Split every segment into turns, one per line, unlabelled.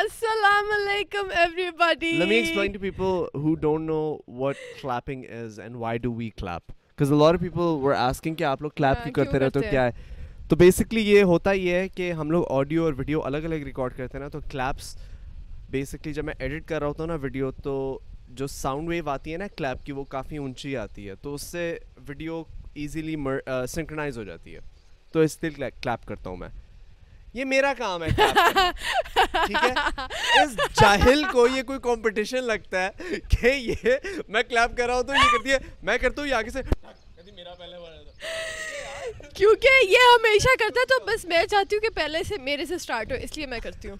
السلام علیکم everybody
Let me explain to people who don't know what clapping is and why do we clap. Because a lot of people were asking کہ آپ لوگ clap
ہاں،
کیوں
کیوں
کرتے رہتے ہو
کرتے
کیا ہے تو بیسکلی یہ ہوتا یہ ہے کہ ہم لوگ آڈیو اور ویڈیو الگ الگ ریکارڈ کرتے ہیں نا تو کلیپس بیسکلی جب میں ایڈٹ کر رہا ہوتا ہوں نا ویڈیو تو جو ساؤنڈ ویو آتی ہے نا کلیپ کی وہ کافی اونچی آتی ہے تو اس سے ویڈیو ایزیلی سنکرنائز ہو جاتی ہے تو اس لیے کلیپ کرتا ہوں میں یہ میرا کام ہے clap کرنا۔ ٹھیک ہے اس جاہل کو یہ کوئی کمپٹیشن لگتا ہے کہ یہ میں کلیپ کر رہا ہوں تو یہ کرتی ہے میں کرتا ہوں یہ آگے سے
کیونکہ یہ ہمیشہ کرتا ہے تو بس میں چاہتی ہوں کہ پہلے سے میرے سے سٹارٹ ہو اس لیے میں کرتی ہوں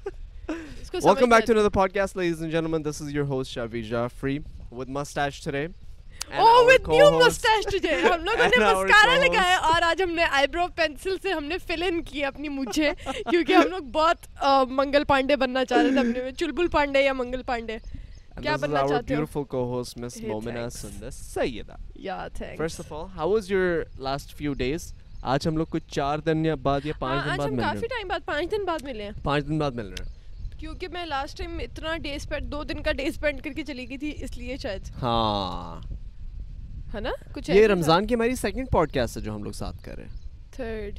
اس کو
ویلکم
سمجھ
back to another podcast ladies and gentlemen this is your host Shavi Jafri with mustache today
میں- Oh, with new mustache today. ہم لوگوں نے
And our
مسکارا
co-host.
لگایا اور آج ہم نے آئی برو پینسل سے ہم نے فل ان کی اپنی مجھے کیونکہ ہم لوگ بہت آ، منگل پانڈے بننا چاہ رہے تھے اپنے میں چلبل پانڈے یا منگل پانڈے کیا
this is
بننا
our
چاہتے ہو
beautiful co-host Miss
Hey,
Momina
thanks.
Sundar Sayyeda
یا
first of all how was your last few days آج ہم لوگ کو چار دن یا بعد یا پانچ دن
ہاں، آج
بعد
ہم
مل رہے
کافی
ہیں
ٹائم بعد پانچ دن بعد ملے ہیں
پانچ دن بعد مل رہے ہیں
کیونکہ میں لاسٹ ٹائم اتنا ڈے اسپینڈ دو دن کا ڈے اسپینڈ کر کے چلی گئی تھی اس لیے شاید
ہاں
ہے نا کچھ
یہ رمضان کی ہماری سیکنڈ پوڈ کاسٹ ہے جو ہم لوگ ساتھ کر رہے ہیں
تھرڈ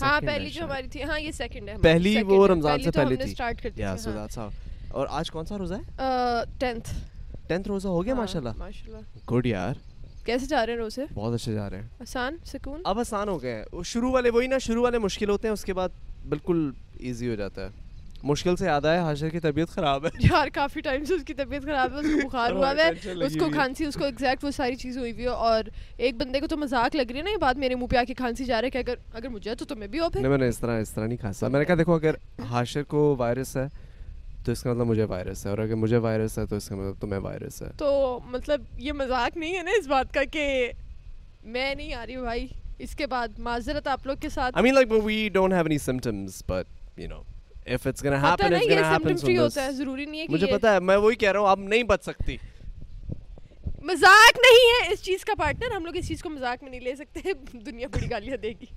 ہاں
Second ہے
پہلی جو
شاید۔
ہماری تھی ہاں یہ سیکنڈ ہے
پہلی وہ رمضان سے پہلے تھی
اسٹارٹ کر ہاں۔
Yeah, so that's how. اور آج کون سا روزہ ہے
ٹینتھ
ٹینتھ روزہ ہو گیا ماشاء اللہ
ماشاء اللہ
گڈ یار
ہاں، کیسے جا رہے ہیں روزے
بہت اچھے جا رہے ہیں
آسان سکون
اب آسان ہو گئے ہیں وہ شروع والے وہی نا شروع والے مشکل ہوتے ہیں اس کے بعد بالکل ایزی ہو جاتا ہے مشکل سے آدھا ہے حاشر کی طبیعت خراب ہے
یار کافی ٹائم سے اس کی طبیعت خراب ہے اس کو بخار ہوا ہے اس کو کھانسی اس کو ایگزیکٹ وہ ساری چیزیں ہوئی ہوئی ہے اور ایک بندے کو تو مذاق لگ رہی ہے نا یہ بات میرے منہ پہ آ کے کھانسی جا رہا ہے کہ اگر اگر مجھے تو تمہیں بھی ہو پھر
نہیں میں نے اس طرح اس طرح نہیں کھانسا میں نے کہا دیکھو اگر حاشر کو وائرس ہے تو اس کا مطلب مجھے وائرس ہے اور اگر مجھے وائرس ہے تو اس کا مطلب تمہیں وائرس ہے
تو مطلب یہ مذاق نہیں ہے نا اس بات کا کہ میں نہیں آ رہی ہوں بھائی اس کے بعد معذرت آپ لوگ کے ساتھ
I mean like but we don't have any symptoms but you know if it's gonna
پتہ
happen
نا
ہاں، it's
یہ
gonna happen
symptom
from
free ہوتا ہے
this.
ضروری نہیں ہے
مجھے
کہ
پتا ہے میں وہی کہہ رہا ہوں آپ نہیں بچ سکتی
یہ مذاق نہیں ہے اس چیز کا پارٹنر ہم لوگ اس چیز کو مذاق میں نہیں لے سکتے دنیا بڑی گالیاں دے گی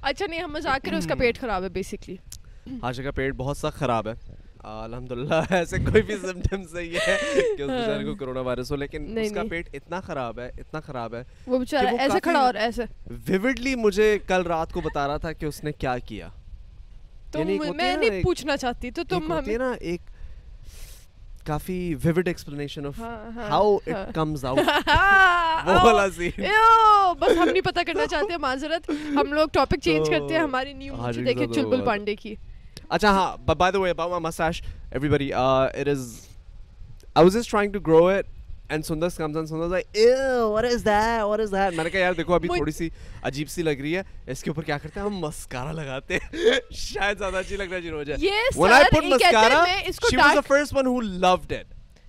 اچھا نہیں ہم مذاق کریں اس کا پیٹ خراب ہے بیسکلی
حاشا کا پیٹ بہت سخت خراب ہے الحمد للہ ایسے کوئی بھی سمٹمس نہیں ہے کہ اس بیچارے کو کرونا وائرس ہو لیکن
ہاں۔ نہیں،
اس کا
نہیں۔
پیٹ اتنا خراب ہے اتنا خراب ہے
وہ
کہ
بیچارہ
وہ
ایسے
کافی-
کھڑا اور ایسے
ویوڈلی مجھے کل رات کو بتا رہا تھا کہ اس نے کیا کیا
تو
یعنی ایک ہوتی ہے
میں
نا
نہیں
ایک-
پوچھنا چاہتی تو
ایک
تم
ہوتی ہے
ہمیں
نا ایک کافی ویوڈ ایکسپلینیشن آف
ہاں، ہاں،
ہاؤ
ہاں۔
اٹ کمز آؤٹ وہ
ہاں
والا سین
ایو، بس ہم نہیں پتہ کرنا چاہتے معذرت ہم لوگ ٹاپک چینج
تو
کرتے ہیں ہماری نیو
ہاں،
مجھے
جی،
دیکھیں
زیادہ
چلبل
بات-
پانڈے کی
اچھا ہاں by the way about my mustache everybody it is I was just trying to grow it and Sundar comes and Sundar what is that what is that میں نے کہا یار دیکھو ابھی
مجھ-
تھوڑی سی عجیب سی لگ رہی ہے اس کے اوپر کیا کرتے ہیں ہم مسکارا لگاتے ہیں شاید زیادہ اچھی لگنا شروع ہو جائے
یہ
when I
سر
put
یہ کہتے ہیں
mascara
میں اس کو
she was the
ڈانٹ
first one who loved it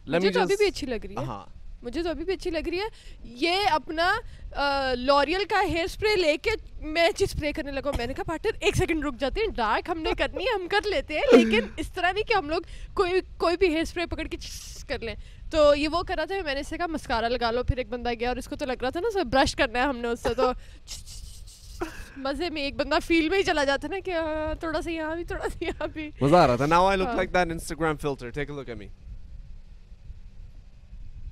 let
مجھے
me
تو ابھی بھی
just
اچھی لگ رہی ہے
ہاں
مجھے تو ابھی بھی اچھی لگ رہی ہے یہ اپنا لوریل کا ہیئر اسپرے لے کے میں چیز اسپرے کرنے لگا میں نے کہا پارٹنر ایک سیکنڈ رک جاتے ہیں ڈارک ہم نے کرنی ہے ہم کر لیتے ہیں لیکن اس طرح نہیں کہ ہم لوگ کوئی کوئی بھی ہیئر اسپرے پکڑ کے کر لیں تو یہ وہ کر رہا تھا میں نے اس سے کہا مسکارا لگا لو پھر ایک بندہ گیا اور اس کو تو لگ رہا تھا نا سر برش کرنا ہے ہم نے اس سے تو مزے میں ایک بندہ فیلڈ میں ہی چلا جاتا ہے نا کہ "ہاں، تھوڑا سا یہاں بھی تھوڑا سا یہاں بھی
مزہ آ رہا تھا now I look
ہاں۔
like that Instagram filter take a look at me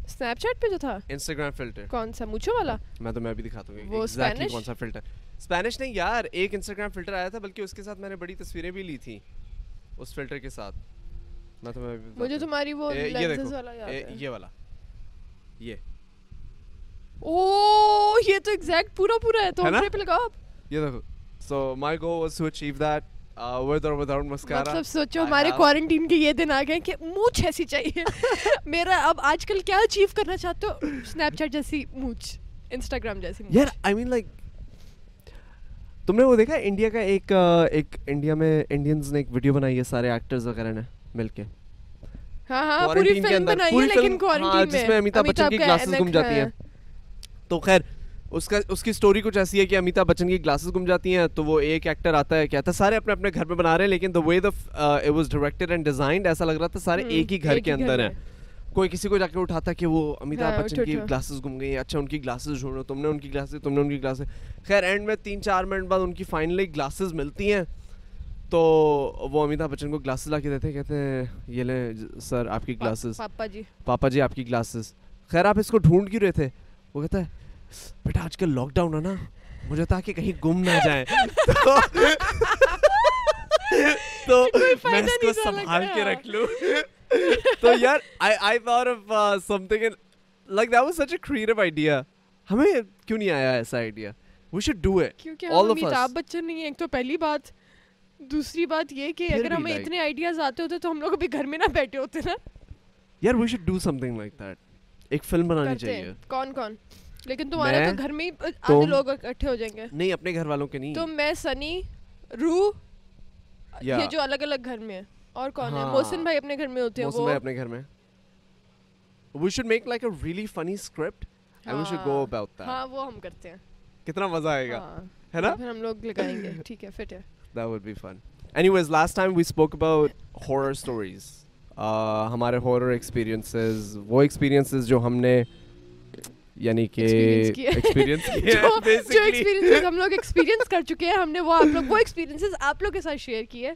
Snapchat پہ جو تھا
Instagram filter
کون سا مونچھوں والا
میں تو میں ابھی دکھاتا ہوں
وہ
ایگزیکٹلی
Spanish?
کون سا فلٹر اسپینش نہیں یار ایک انسٹاگرام فلٹر آیا تھا بلکہ اس کے ساتھ میں نے بڑی تصویریں بھی لی تھیں اس فلٹر کے ساتھ میں تمہیں ابھی بتاتا
مجھے
ہوں۔
تمہاری وہ
اے، یہ
lenses
دیکھو،
والا یاد
اے،
ہے۔
یہ والا یہ
او Oh, یہ تو ایگزیکٹ پورا پورا ہے تو
ہے نا؟
اپنے پہ لگاؤ آپ
یہ دیکھو so my go was to achieve that with اور وداؤٹ مسکارا
مطلب سوچو ہمارے کوارنٹین کے یہ دن آ گئے کہ مونچھ ایسی چاہیے میرا اب آج کل کیا اچیو کرنا چاہتے ہو اسنیپ چیٹ جیسی مونچھ انسٹاگرام جیسی مونچھ۔
یار آئی مین لائک تم نے وہ دیکھا انڈیا کا ایک ایک انڈیا میں انڈینز نے ایک ویڈیو بنائی ہے سارے ایکٹرز وغیرہ نے مل کے
ہاں ہاں پوری
کوارنٹین کے
فلم
اندر
بنائی ہے
پوری
لیکن
فلم ہاں
کوارنٹین
جس میں امیتابھ بچن کی گلاسز گم جاتی ہیں تو خیر اس کا اس کی اسٹوری کچھ ایسی ہے کہ امیتابھ بچن کی گلاسز گم جاتی ہیں تو وہ ایک ایکٹر آتا ہے کہتا ہے سارے اپنے اپنے گھر پہ بنا رہے ہیں لیکن the way the was directed and designed ایسا لگ رہا تھا سارے ایک ہی گھر کے اندر ہیں کوئی کسی کو جا کے اٹھاتا کہ وہ امیتابھ بچن کی گلاسز گم گئی اچھا ان کی گلاسز ڈھونڈو تم نے ان کی گلاسز تم نے ان کی گلاسز خیر اینڈ میں تین چار منٹ بعد ان کی فائنلی گلاسز ملتی ہیں تو وہ امیتابھ بچن کو گلاسز لا کے دیتے ہیں کہتے ہیں یہ لیں سر آپ کی glasses
papa ji
papa ji آپ کی گلاسز خیر آپ اس کو ڈھونڈ کیوں رہے تھے وہ کہتا ہے بیٹا آج کل لاک ڈاؤن ہے نا مجھے تاکہ کہیں گم نہ جائیں تو میں اس کو سنبھال کے رکھ لوں تو یار I thought of something like that was such a creative idea ہمیں کیوں نہیں آیا ایسا idea we should do it
کیونکہ
All
ہم
of us.
امیتابھ بچن نہیں ہیں ایک تو پہلی بات دوسری بات یہ کہ
پھر
اگر
بھی
ہمیں
like-
اتنے آئیڈیاز آتے ہوتے تو ہم لوگ ابھی گھر میں نہ بیٹھے ہوتے نا
یار we should do something like that ایک فلم بنانی
کرتے ہیں
چاہیے
کون کون لیکن تمہارا
میں،
تو گھر میں ہی آدھے
تم،
لوگ اکٹھے ہو جائیں گے
نہیں اپنے گھر والوں کے نہیں
تو میں سنی رو یہ جو الگ الگ گھر میں ہے اور کون ہے محسن بھائی اپنے گھر میں ہوتے ہیں
موسم
وہ
ہے ہاں۔ اپنے گھر میں we should make like a really funny script and we should go about that
ہاں وہ ہم کرتے ہیں ہاں،
کتنا مزہ آئے گا ہے نا
پھر ہم لوگ لگائیں گے ٹھیک ہے فٹ ہے
that would be fun anyways last time we spoke about horror stories ہمارے ہارر ایکسپیرینسز وہ ایکسپیرینسز جو ہم نے یعنی کہ ایکسپیرینس
جو ایکسپیرینس ہم لوگ ایکسپیرینس کر چکے ہیں ہم نے وہ آپ لوگ وہ ایکسپیرینس آپ لوگ کے ساتھ شیئر کیے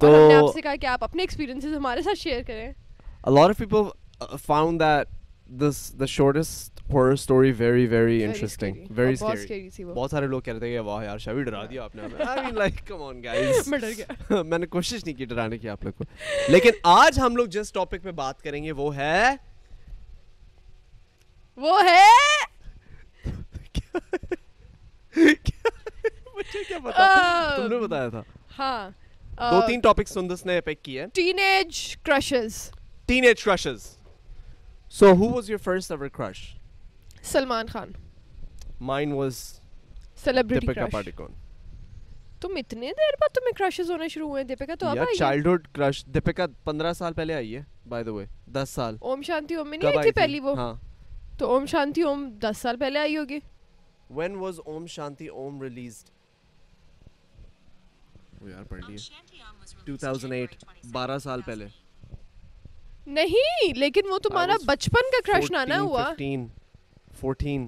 تو ہم نے آپ سے کہا کہ آپ اپنے ایکسپیرینس ہمارے ساتھ شیئر کریں
lot of people found that this the shortest horror story very very interesting very بہت سارے لوگ کہہ رہے تھے کہ واہ یار شبھی ڈرا دیا آپ نے ہمیں۔ I mean, like, come on, guys.
میں ڈر گیا
میں نے کوشش نہیں کی ڈرانے کی آپ لوگ کو لیکن آج ہم لوگ جس ٹاپک پہ بات کریں گے وہ ہے
وہ ہے
مجھے کیا پتا تم نے بتایا تھا
ہاں
دو تین ٹاپکس سندس نے پک کیے ہیں
teenage crushes
teenage crushes so who was your first ever crush
Salman Khan
mine was
celebrity
Deepika
crush
Padukone
تم اتنے دیر بعد تمہیں کرشز ہونے شروع ہوئے دیپکا تو اب
یار چائلڈہڈ کرش دیپکا پندرہ سال پہلے آئی ہے بائی دا وے دس سال
اوم شانتی اوم میں نہیں
کب
آئی تھی
آئی
پہلی وہ
ہاں
تو اوم شانتی اوم دس سال پہلے آئی ہوگی
when was Om Shanti Om released یار پڑھ لیے 2008 بارہ سال پہلے
نہیں لیکن وہ تمہارا بچپن کا کرش نانا ہوا
14 14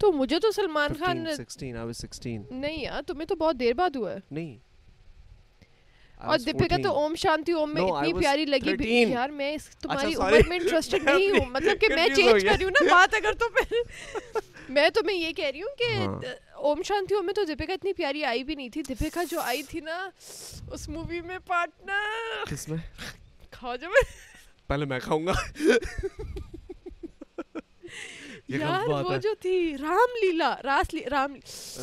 تو مجھے تو سلمان خان
15 16 I was 16
نہیں یار تمہیں تو بہت دیر بعد ہوا ہے
نہیں I
اور
was
دپیکا تو
14.
اوم شانتی اوم میں اتنی پیاری لگی بھی یار میں
اچھا،
تمہاری عمر میں انٹرسٹڈ نہیں ہوں مطلب کہ میں چینج کر رہی ہوں نا بات اگر تو میں تمہیں یہ کہہ رہی ہوں
ہاں۔
کہ اوم شانتی اوم میں تو دپیکا اتنی پیاری آئی بھی نہیں تھی دپیکا جو آئی تھی نا اس مووی میں پارٹنر
کس میں
کھا جو
پہلے میں کھاؤں گا یہ
یار
غلط بات
وہ
ہے
جو تھی رام لیلا راس رام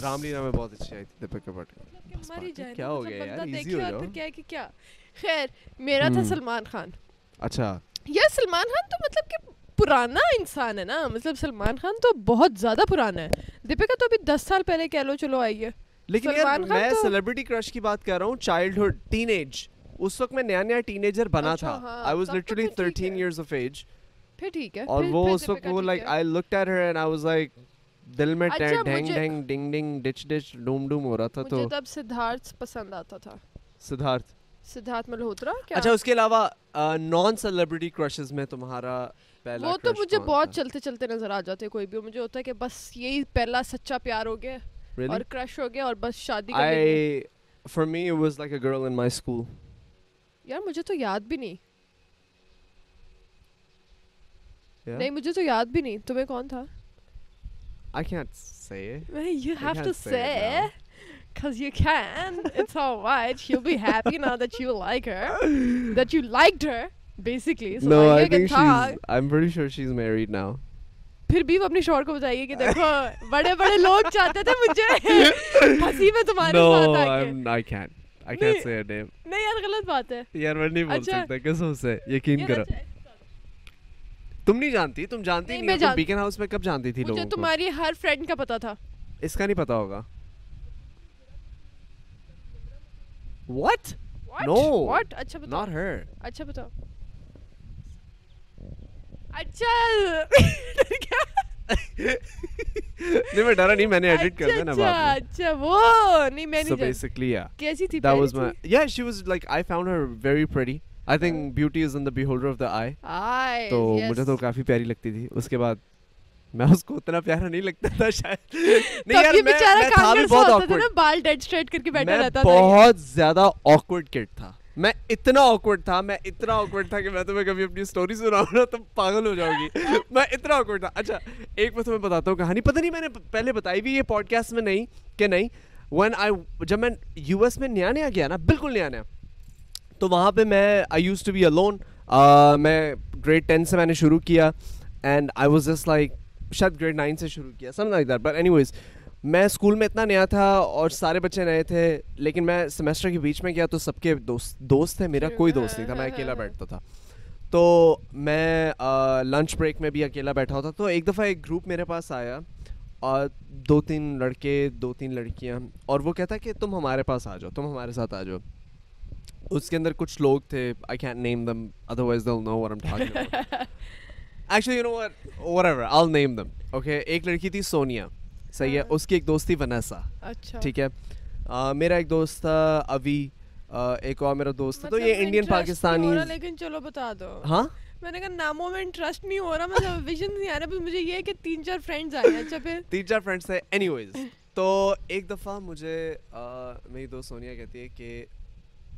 رام لیلا میں بہت اچھی آئی تھی دپیکا پاڈوکون
ماری جائے مطلب
کیا ہو گیا یار ایزی ہو
اور
جاؤ
پھر کیا ہے کہ کیا خیر میرا تھا سلمان خان
اچھا
یار سلمان خان تو مطلب کہ پرانا انسان ہے نا مطلب سلمان خان تو بہت زیادہ پرانا ہے دیپیکا تو ابھی دس سال پہلے کہہ لو چلو آئی ہے
لیکن یار میں سیلیبریٹی کرش کی بات کر رہا ہوں چائلڈہڈ ٹین ایج اس وقت میں نیا نیا ٹین ایجر بنا
اچھا،
تھا
ہاں،
I was literally thirteen years of age
پھر ٹھیک ہے
اور وہ اس وقت وہ like I look at her and I was like دل میں
اچھا،
ڈینگ ڈینگ ڈنگ ڈنگ ڈچ ڈچ ڈوم ڈوم ہو رہا تھا
مجھے
تو
تب سدھارتھ پسند آتا تھا
سدھارتھ
سدھارتھ ملہوترا کیا
اچھا اس کے علاوہ نان سیلیبریٹی کرشز میں تمہارا پہلا
وہ تو مجھے بہت چلتے چلتے نظر آ جاتے کوئی بھی مجھے ہوتا ہے کہ بس یہی پہلا سچا پیار ہو گیا
یعنی-
اور کرش ہو گیا اور بس شادی کر لیں
I for me was like a girl in my school
یار مجھے تو یاد بھی نہیں نہیں مجھے تو یاد بھی نہیں تمہیں کون تھا
آئی کینٹ سے
You have
can't
to
say it
say, because you can. It's all right. She'll be happy now that you like her, that you liked her, basically. So
no
like,
I
you can
think
talk.
She's I am very sure she is married now
پھر بھی وہ اپنے شوہر کو بتائیے کہ دیکھو بڑے بڑے لوگ چاہتے تھے مجھے ہنسی میں تمہارے ساتھ آ کے نہیں۔
یار
نہیں یار غلط بات ہے
میں نہیں بول
اچھا۔
سکتا قسم سے یقین
یہ
کرو
اچھا ہے۔
تم نہیں جانتی تم جانتی
نہیں، میں
نہیں
جان-
بیکن ہاؤس میں کب جانتی تھی
مجھے
لوگوں کو
تمہاری ہر فرینڈ کا پتا تھا
اس کا نہیں پتا ہوگا واٹ
What?
No.
What? اچھا بتاؤ
ناٹ ہر
اچھا بتاؤ اچھا کیا
نہیں میں ڈرا نہیں میں نے ایڈٹ کر دیا نا
اچھا
بعد
اچھا وہ نہیں میں
میں سو
نہیں جانتی
بیسیکلی یا
کیسی تھی
دیٹ واز مائی یا she was like I found her very pretty I think beauty is in the beholder of the eye تو مجھے تو کافی پیاری لگتی تھی اس کے بعد میں اس کو اتنا پیارا نہیں لگتا تھا شاید
تب
نہیں یار
یہ
میں
بیچارہ
میں تھا بھی
کانگڑ سا
بہت
ہوتا تھا نا
awkward
بال ڈیڈ اسٹریٹ کر کے بیٹھا
میں
رہتا تھا یہ۔
بہت زیادہ آکورڈ کڈ تھا میں اتنا آکورڈ تھا میں اتنا آکورڈ تھا کہ میں تمہیں کبھی اپنی اسٹوری سناؤں نا تم پاگل ہو جاؤ گی میں اتنا آکورڈ تھا اچھا ایک میں تمہیں بتاتا ہوں کہانی پتہ نہیں میں نے پہلے بتائی بھی یہ پوڈ کاسٹ میں نہیں کہ نہیں ون آئی جب میں یو ایس میں نیا نیا گیا نا بالکل نیا نیا تو وہاں پہ میں I used to be alone Uh, میں گریڈ ٹین سے میں نے شروع کیا and I was just like شاید گریڈ نائن سے شروع کیا some like that but anyways میں اسکول میں اتنا نیا تھا اور سارے بچے نئے تھے لیکن میں سیمیسٹر کے بیچ میں گیا تو سب کے دوست دوست تھے میرا کوئی دوست نہیں تھا میں اکیلا بیٹھتا تھا تو میں لنچ بریک میں بھی اکیلا بیٹھا ہوتا تو ایک دفعہ ایک گروپ میرے پاس آیا اور دو تین لڑکے دو تین لڑکیاں اور وہ کہتا کہ تم ہمارے پاس آ جاؤ تم ہمارے ساتھ آ جاؤ اس کے اندر کچھ لوگ تھے I can name them otherwise they'll know اور actually you know whatever all name them okay ایک لڑکی تھی سونیا صحیح ہے اس کی ایک دوست تھی ونیسا
اچھا
ٹھیک ہے میرا ایک دوست تھا اوی ایک اور میرا دوست تھا تو
مطلب
یہ انڈین
interest نہیں
پاکستانی
ہو رہا، لیکن چلو بتا دو
ہاں
میں نے کہا ناموں میں انٹرسٹ نہیں ہو رہا مطلب ویژن نہیں آ رہا بس مجھے یہ ہے کہ تین چار فرینڈز آئے ہیں اچھا پھر
تین چار فرینڈس تھے اینی ویز تو ایک دفعہ مجھے میری دوست سونیا کہتی ہے کہ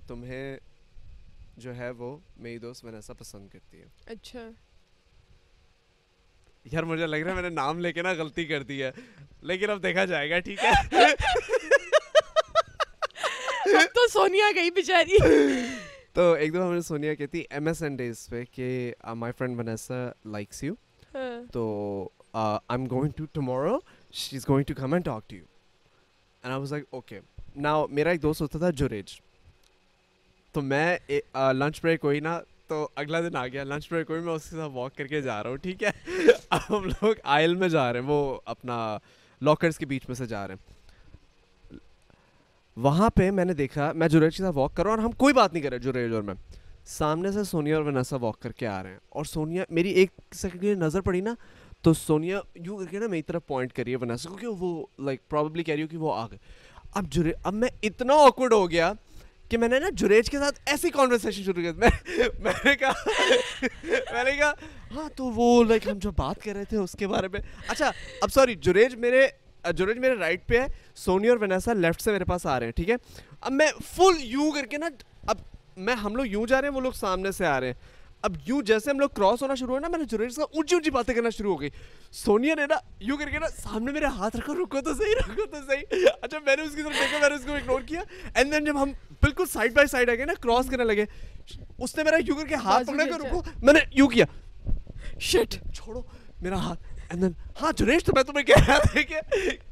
تمہیں جو ہے وہ میری دوست ونیسا پسند کرتی ہے
اچھا
یار مجھے لگ رہا ہے میں نے نام لے کے نا غلطی کر دی ہے لیکن اب دیکھا جائے گا ٹھیک ہے
اب تو سونیا گئی بیچاری
تو ایک دفعہ میں نے سونیا کہتی ایم ایس این ڈیز پہ کہ "Uh, my friend Vanessa likes you
ہاں۔
تو I am going to tomorrow she is going to come and talk to you and I was like okay نا میرا ایک دوست ہوتا تھا جوریج تو میں لنچ بریک ہوئی نا تو اگلا دن آ گیا لنچ بریک ہوئی میں اس کے ساتھ واک کر کے جا رہا ہوں ٹھیک ہے اب ہم لوگ آئل میں جا رہے ہیں وہ اپنا لاکرس کے بیچ میں سے جا رہے ہیں وہاں پہ میں نے دیکھا میں جوریج کے ساتھ واک کر رہا ہوں اور ہم کوئی بات نہیں کر رہے جوریج اور میں سامنے سے سونیا اور ونسا واک کر کے آ رہے ہیں اور سونیا میری ایک سیکنڈ کے لیے نظر پڑی نا تو سونیا یوں کر کے نا میری طرف پوائنٹ کری ہے ونسا کو کہ وہ لائک پرابلی کہہ رہی ہو کہ وہ آ گئے اب جرے اب میں اتنا آکورڈ ہو گیا کہ میں نے نا جریج کے ساتھ ایسی کانورسیشن شروع کر میں میں نے کہا میں نے کہا ہاں تو وہ لائک ہم جو بات کر رہے تھے اس کے بارے میں اچھا اب سوری جریج میرے جریج میرے رائٹ پہ ہے سونی اور ونیسا لیفٹ سے میرے پاس آ رہے ہیں ٹھیک ہے اب میں فل یوں کر کے نا اب میں ہم لوگ یوں جا رہے ہیں وہ لوگ سامنے سے آ رہے ہیں اب یوں جیسے ہم لوگ کراس ہونا شروع ہوا نا میں نے جوریج سے اونچی اونچی باتیں کرنا شروع ہو گئی سونیا نے نا یوں کر کے نا سامنے میرے ہاتھ رکھا رکو تو صحیح رکو تو صحیح اچھا میں نے اس کی طرف دیکھا میں نے اس کو اگنور کیا اینڈ دین جب ہم بالکل سائڈ بائی سائڈ آ گئے نا کراس کرنے لگے اس نے میرا یوں کر کے ہاتھ
بازو کھینچا۔
پکڑا کر رکو میں نے یوں کیا شٹ چھوڑو میرا ہاتھ and then, ہاں جوریش تو میں تمہیں کہہ رہا تھا کہ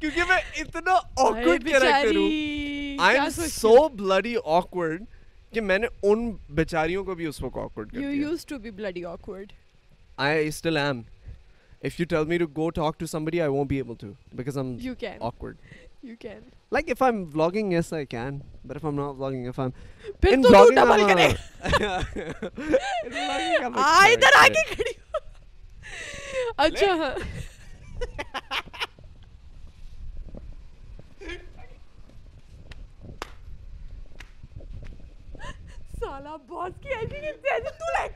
کیونکہ میں اتنا
ارے
awkward character ہوں
بیچاری،
آئی
کیا
ایم
سوچتی
سو بلڈی آکورڈ کہ میں نے ان بیچاریوں کو بھی اس وقت آکورڈ کر
You
دیا
used to be bloody awkward.
I still am if you tell me to go talk to somebody I won't be able to because I am
You can.
Awkward
You can.
Like if I am blogging yes I can but if I am not blogging if I
پھر
ان
تو تو double کرے
blogging
آ ادھر آ کے کھڑی ہو۔ اچھا ہاں سالا باس کی ایسی نہیں تیز تو لگ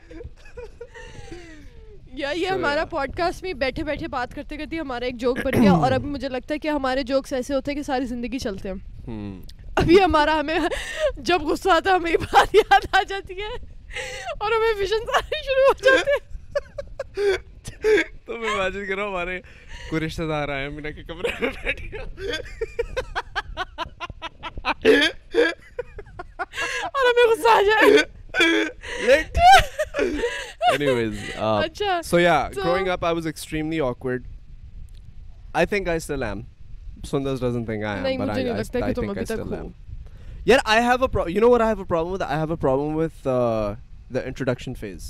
یا یہ
So,
ہمارا
yeah.
پوڈ کاسٹ میں بیٹھے بیٹھے بات کرتے کرتے ہمارا ایک جوک بن گیا اور اب مجھے لگتا ہے کہ ہمارے جوکس ایسے ہوتے ہیں کہ ساری زندگی چلتے ہیں
Hmm.
ابھی ہمارا ہمیں جب غصہ آتا ہے ہمیں یہ بات یاد آ جاتی ہے اور ہمیں ویژن آنے شروع ہو جاتے ہیں
تو میں امیجن کر رہا ہوں ہمارے کوئی رشتہ دار آئے ہیں مینا کے کمرے میں بیٹھے ہیں۔
اور ہمیں غصہ آ جائے
Lit. Anyways, uh,
اچھا
so yeah,
So-
growing up I was extremely awkward. I think I still am. Sundas doesn't think I am,
نہیں،
but I,
مجھے نہیں
I,
لگتا
I
کہ تم
think I
ابھی تک
still
who.
am. Yeah, I have a problem. You know what I have a problem with? I have a problem with uh, the introduction phase.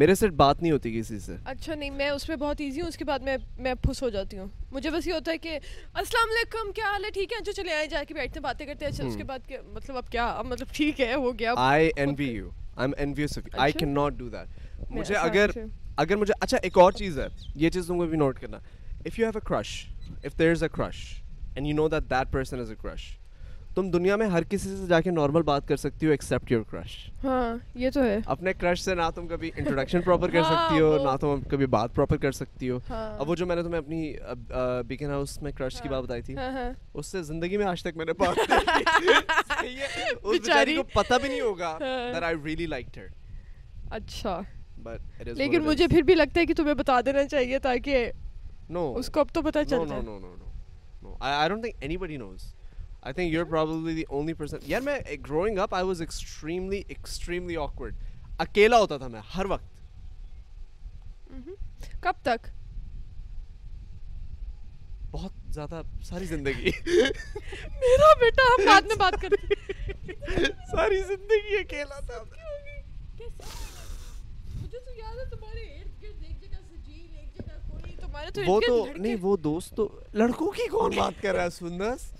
میرے سے بات نہیں ہوتی کسی سے
اچھا نہیں میں اس میں بہت ایزی ہوں اس کے بعد میں میں پھس ہو جاتی ہوں مجھے بس یہ ہوتا ہے کہ السلام علیکم کیا حال ہے ٹھیک ہے اچھا چلے آئے جا کے بیٹھتے ہیں باتیں کرتے ہیں اچھا اس کے بعد کیا- مطلب اب کیا اب مطلب ٹھیک ہے ہو گیا
I envy you I am envious I
اچھا۔
کین ناٹ ڈو دیٹ مجھے
ایسا
اگر
ایسے-
اگر مجھے اچھا ایک اور چیز ہے یہ چیز تم کو بھی نوٹ کرنا if you have a crush if there is a crush and you know that that person is a crush تم دنیا میں ہر کسی سے جا کے نارمل بات کر سکتی ہو ایکسیپٹ یور کرش
ہاں یہ تو ہے
اپنے کرش سے نہ تم کبھی انٹروڈکشن پراپر
ہاں،
کر سکتی ہو نہ تم کبھی بات پراپر کر سکتی ہو اب وہ جو میں نے تمہیں اپنی بیکن ہاؤس میں کرش
ہاں۔
کی بات بتائی تھی اس سے زندگی میں آج تک میں نے بات اس بیچاری کو پتہ بھی نہیں ہوگا
ہاں۔
That I really like her
اچھا
بٹ اٹ از
لیکن مجھے پھر بھی لگتا ہے کہ تمہیں بتا دینا چاہیے تاکہ
نو
اس کو اب تو پتہ
نو
چل
no no no no I don't think anybody knows I think you are probably the only person یار میں growing up I was extremely extremely awkward اکیلا ہوتا تھا میں ہر وقت
کب تک
بہت زیادہ ساری زندگی
میرا بیٹا ہم بعد میں بات کرتے
ساری زندگی اکیلا تھا
مجھے تو یاد ہے تمہارے ارد گرد ایک جگہ سجیل ایک جگہ کوئی تمہارے تو
وہ
ارد
تو
گرد
نہیں
لڑکے-
وہ دوست تو لڑکوں کی کون بات کر رہا ہے سندس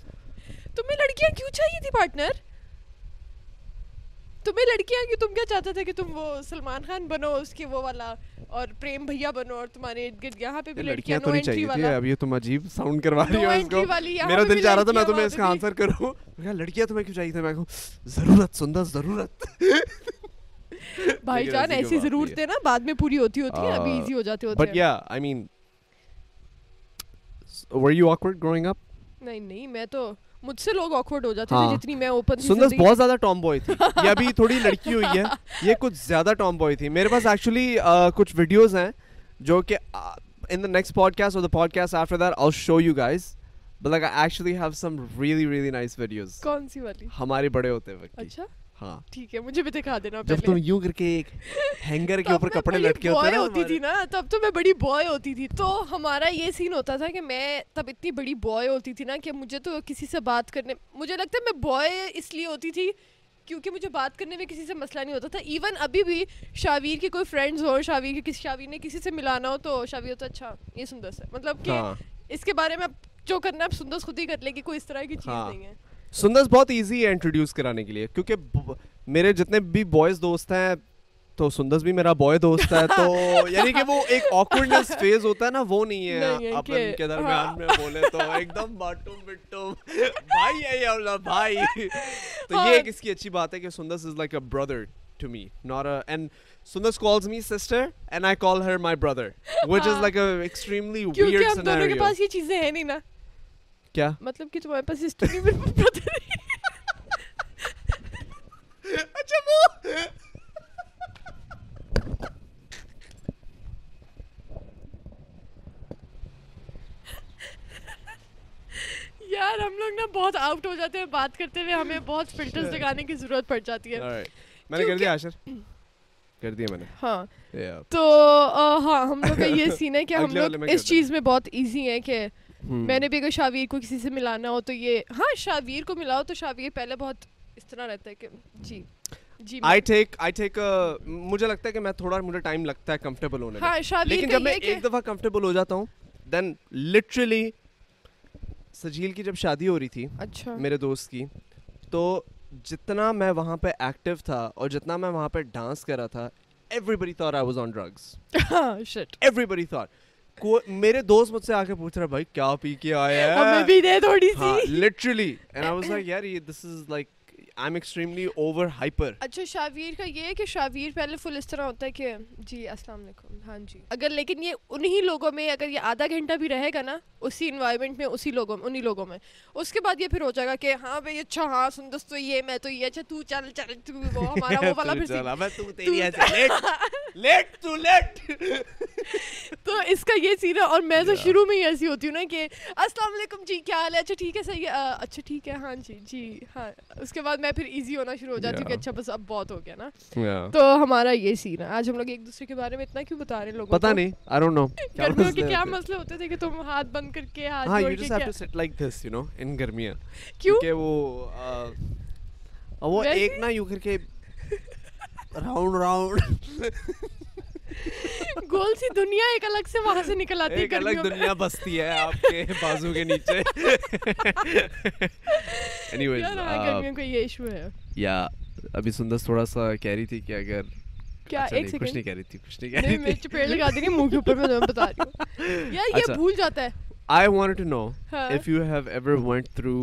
تمہیں لڑکیاں کیوں چاہیے تھی پارٹنر تمہیں لڑکیاں کیوں تم کیا چاہتے تھے کہ تم وہ سلمان خان بنو اس کے وہ والا اور پریم بھیا بنو اور تمہارے ارد گرد یہاں پہ بھی لڑکیاں
لڑکیاں
نو
تو نہیں
انٹری
چاہیے تھی
والا
اب یہ تم عجیب ساؤنڈ کروا رہی ہو
No
اس کو
entry والی، یہاں
میرا
پہ
دل
بھی
چاہ رہا
لڑکیاں
تھا میں تمہیں اس کا
وہاں پہ
آنسر کروں میں کہا لڑکیاں تمہیں کیوں چاہیے تھا میں کہوں ضرورت سندس ضرورت
بھائی
لیکن
جان ایسی
ایسی کوئی بات ہاں۔ نہیں
ضرورتیں نا بعد میں پوری ہوتی ہوتی ہیں ابھی
آہ،
ایزی ہو جاتے ہوتے
بٹ
ہیں
یا I mean were you awkward growing up
نہیں نہیں میں تو مجھ سے لوگ آکورڈ ہو جاتے
ہاں۔
تھے جتنی میں اوپن
سندس بہت زیادہ ٹام بوائے تھی یہ ابھی تھوڑی لڑکی ہوئی ہے یہ کچھ زیادہ ٹام بوائے تھی میرے پاس ایکچولی کچھ ویڈیوز ہیں جو کہ in the next podcast اور the podcast after that I show you guys but like I actually have some really really nice videos
کون سی والی
ہمارے بڑے ہوتے وقت
اچھا
ہاں
ٹھیک ہے مجھے بھی دکھا دینا
جب تم یوں کر کے ایک ہینگر کے اوپر کپڑے لٹکے ہوتے
ہوتے ہوتی تھی
ہیں
نا تب تو میں بڑی بوائے ہوتی تھی تو ہمارا یہ سین ہوتا تھا کہ میں تب اتنی بڑی بوائے ہوتی تھی نا کہ مجھے تو کسی سے بات کرنے مجھے لگتا ہے میں بوائے اس لیے ہوتی تھی کیونکہ مجھے بات کرنے میں کسی سے مسئلہ نہیں ہوتا تھا ایون ابھی بھی شاویر کے کوئی فرینڈز ہوں شاویر کے کسی شاویر نے کسی سے ملانا ہو تو شاویر تو اچھا یہ سندس ہے مطلب کہ
ہاں
اس کے بارے میں جو کرنا ہے سندس خود ہی کر لے گی کوئی اس طرح کی چیز
ہاں۔
نہیں ہے
سندس بہت ایزی ہے انٹروڈیوس کرانے کے لیے کیونکہ ب- میرے جتنے بھی بوائز دوست ہیں تو سندس بھی میرا بوائے دوست ہے تو یعنی کہ وہ ایک آکورڈنس فیز ہوتا ہے نا وہ نہیں
نہیں
ہے
ہے
اپن
کہ-
کے
ہاں۔
درمیان میں بولے تو ایک دم باٹم بٹم بھائی ہے یہ والا بھائی تو یہ
ہاں۔
ایک اس کی اچھی بات ہے کہ Sundus is like a brother to me not and Sundus calls me sister and I call her my brother which is
ہاں۔
لائک اے ایکسٹریملی
کیونکہ
ویئرڈ
ہم دونوں کے
سینیریو
پاس یہ چیزیں ہیں نہیں نا
کیا
مطلب کہ تمہارے پاس ہسٹری میں پتہ نہیں
اچھا وہ
یار ہم لوگ نا بہت آؤٹ ہو جاتے ہیں بات کرتے ہوئے ہمیں بہت فلٹرز لگانے کی ضرورت پڑ جاتی ہے
میں نے کر دیا آشر کر دیا میں
ہاں
نے
تو ہاں ہم لوگ کا یہ سین ہے کہ ہم لوگ اس چیز میں بہت ایزی ہیں کہ
Hmm.
میں نے بھی اگر شاویر کو کسی سے ملانا ہو تو یہ ہاں شاویر کو ملاؤ تو شاویر پہلے بہت اس طرح رہتا ہے کہ جی جی
آئی ٹیک آئی ٹیک uh, مجھے لگتا ہے کہ میں تھوڑا مجھے ٹائم لگتا ہے کمفرٹیبل ہونے میں
ہاں شاویر
لیکن جب میں
کا
ایک دفعہ کمفرٹیبل ہو جاتا ہوں دین لٹرلی سجیل کی جب شادی ہو رہی تھی
اچھا
میرے دوست کی تو جتنا میں وہاں پہ ایکٹیو تھا اور جتنا میں وہاں پہ ڈانس کر رہا تھا everybody thought I was on drugs
ہاں شٹ
ایوری بڑی تھاٹ میرے دوست مجھ سے آ کے پوچھ رہا بھائی کیا پی کے آیا
ہمیں ہاں، بھی دے تھوڑی
ہاں،
see
literally and I was like یار یہ this is like I am extremely over hyper
اچھا شاویر کا یہ ہے کہ شاویر پہلے فل اس طرح ہوتا ہے کہ جی السلام علیکم ہاں جی اگر لیکن یہ انہی لوگوں میں اگر یہ آدھا گھنٹہ بھی رہے گا نا اسی انوائرمنٹ میں اسی لوگوں میں انہی لوگوں میں اس کے بعد یہ پھر ہو جائے گا کہ ہاں بھائی اچھا ہاں سندس تو یہ میں تو یہ اچھا تو چل چل تو وہ ہمارا وہ والا پھر scene۔ تو اس کا یہ سین ہے اور میں تو شروع میں ہی ایسی ہوتی ہوں نا کہ السلام علیکم جی کیا حال ہے اچھا ٹھیک ہے صحیح ہے آ، اچھا ٹھیک ہے ہاں جی جی ہاں اس کے بعد میں پھر ایزی ہونا شروع ہو جاتی ہوں کہ
Yeah.
اچھا بس اب بہت ہو گیا نا تو ہمارا یہ سین ہے آج ہم لوگ ایک دوسرے کے بارے میں اتنا کیوں بتا رہے ہیں لوگوں
پتا نہیں آئی ڈونٹ نو
گرمیوں کے کیا مسئلے ہوتے تھے کہ تم ہاتھ بند کر کے ہاتھ
ہاں
جوڑ
یو
کے
just have to set like this you know ان گرمیاں
کیوں
کہ وہ وہ ایک نہ یوں کر کے راؤنڈ راؤنڈ
گول سی دنیا ایک الگ سے وہاں سے نکل آتی ہے
ایک الگ
گرمیوں
دنیا بستی ہے آپ کے بازو کے نیچے اینی ویز
گرمیوں کا یہ ایشو ہے
یا ابھی سندس تھوڑا سا کہہ رہی تھی کہ اگر
کیا
اچھا
ایک
نہیں، کچھ
سیکنڈ
نہیں کہہ رہی تھی کچھ نہیں
نہیں
کہہ
میں
رہی تھی
چپیڑ لگا دے رہی ہوں منہ کے اوپر میں تمہیں بتا رہی
اچھا۔
ہوں یار یہ بھول جاتا ہے
آئی وانٹ ٹو نو
ہاں۔
If you have ever went through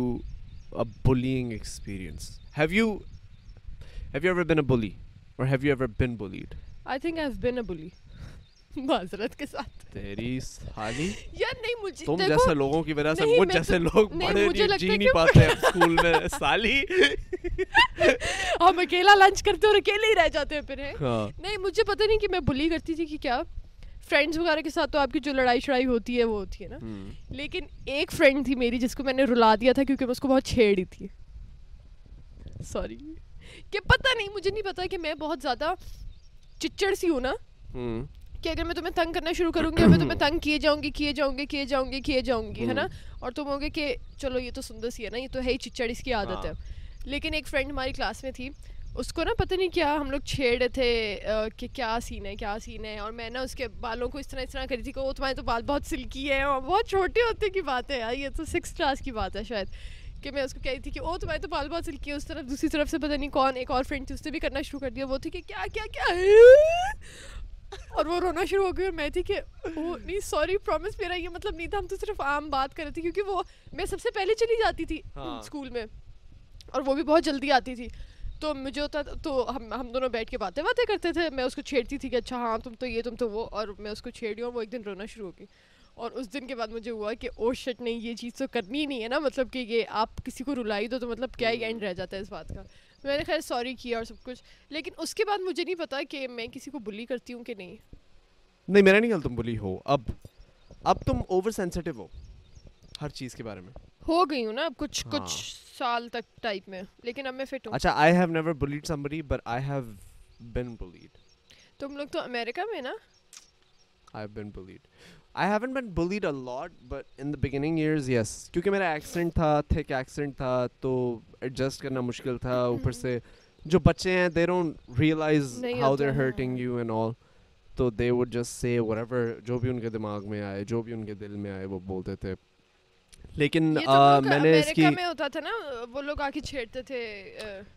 bullying experience have you have you ever been a bully اور have you ever been bullied
I think I been a bully معذرت کے ساتھ
تیری سالی
یار نہیں مجھے
تم
دیکھو
جیسے لوگوں کی وجہ سے
نہیں،
مجھ
میں
جیسے
تو-
لوگ
نہیں،
پڑھے
مجھے
نہیں
لگتا
جی
ہے
نہیں
کہ-
پاتے اسکول میں سالی
ہم اکیلا لنچ کرتے اور اکیلے ہی رہ جاتے ہیں پھر ہیں
ہاں
نہیں مجھے پتہ نہیں کہ میں بلی کرتی تھی کہ کیا فرینڈس وغیرہ کے ساتھ تو آپ کی جو لڑائی شڑائی ہوتی ہے وہ ہوتی ہے نا لیکن ایک فرینڈ تھی میری جس کو میں نے رلا دیا تھا کیونکہ میں اس کو بہت چھیڑی تھی سوری کہ پتہ نہیں مجھے نہیں پتہ کہ میں بہت زیادہ چچڑ سی ہوں نا کہ اگر میں تمہیں تنگ کرنا شروع کروں گی اور میں تمہیں تنگ کیے جاؤں گی کیے جاؤں گی کیے جاؤں گی کیے جاؤں گی ہے نا اور تم ہوگے کہ چلو یہ تو سندر سی ہے نا یہ تو ہے ہی چچڑ اس کی عادت ہے لیکن ایک فرینڈ ہماری کلاس میں تھی اس کو نا پتہ نہیں کیا ہم لوگ چھیڑ رہے تھے کہ کیا سین ہے کیا سین ہے اور میں نا اس کے بالوں کو اس طرح اس طرح کری تھی کہ وہ تمہارے تو بال بہت سلکی ہے اور بہت چھوٹے ہوتے کی بات ہے یار یہ تو سکس کلاس کی بات ہے شاید کہ میں اس کو کہہ رہی تھی کہ او تمہارے تو بال بہت سلکی ہے اس طرف دوسری طرف سے پتہ نہیں کون ایک اور فرینڈ تھی اس نے بھی کرنا شروع کر دیا وہ تھی کہ کیا کیا کیا اور وہ رونا شروع ہو گئی اور میں تھی کہ وہ نہیں سوری پرومس میرا یہ مطلب نہیں تھا ہم تو صرف عام بات کر رہے تھے کیونکہ وہ میں سب سے پہلے چلی جاتی تھی
ہاں۔
اسکول میں اور وہ بھی بہت جلدی آتی تھی تو مجھے ہوتا تھا- تو ہم ہم دونوں بیٹھ کے باتیں باتیں کرتے تھے میں اس کو چھیڑتی تھی کہ اچھا ہاں تم تو یہ تم تو وہ اور میں اس کو چھیڑی اور وہ ایک دن رونا شروع ہو گئی اور اس دن کے بعد مجھے ہوا کہ او شٹ نہیں یہ چیز تو کرنی ہی نہیں ہے نا مطلب کہ یہ آپ کسی کو رلائی دو تو مطلب کیا ہی اینڈ رہ جاتا ہے اس بات کا میں نے خیر سوری کیا اور سب کچھ لیکن اس کے بعد مجھے نہیں پتا کہ میں کسی کو بلی کرتی ہوں کہ نہیں
نہیں میرا نہیں خیال تم بلی ہو اب اب تم اوور سینسیٹیو ہو ہر چیز کے بارے میں
ہو گئی ہوں نا اب کچھ
ہاں۔
کچھ سال تک ٹائپ میں لیکن اب میں فٹ ہوں
اچھا I have never bullied somebody but I have been bullied
تم لوگ تو امریکہ میں نا
I been bullied I haven't been bullied a lot but in the beginning years yes کیونکہ میرا ایکسیڈنٹ تھا تھک ایکسیڈنٹ تھا تو ایڈجسٹ کرنا مشکل تھا اوپر سے جو بچے ہیں دے ڈونٹ ریئلائز
نہیں
ہاؤ
ہوتا،
دیر
ہاں۔
ہرٹنگ یو اینڈ آل تو they would just say ever جو بھی ان کے دماغ میں آئے جو بھی ان کے دل میں آئے وہ بولتے تھے لیکن
یہ
آ،
تو
میں نے اس کی
امریکہ میں ہوتا تھا نا وہ لوگ آ کے چھیڑتے تھے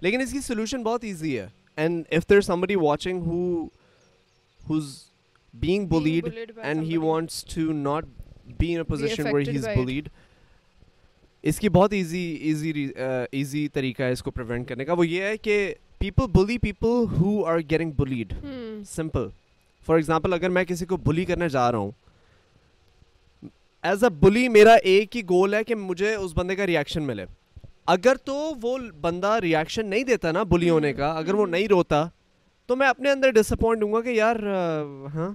لیکن اس کی سولوشن بہت ایزی ہے and if there somebody watching who's being bullied and he wants to not be in position where he is bullied اس کی بہت ایزی ایزی ایزی طریقہ ہے اس کو پریونٹ کرنے کا وہ یہ ہے کہ people bully people who are getting bullied
Hmm.
Simple for example اگر میں کسی کو بلی کرنے جا رہا ہوں ایز اے بلی میرا ایک ہی گول ہے کہ مجھے اس بندے کا ریئیکشن ملے اگر تو وہ بندہ ریئیکشن نہیں دیتا نا بلی ہونے کا اگر وہ نہیں روتا تو میں اپنے اندر ڈس اپوائنٹ ہوں گا کہ یار ہاں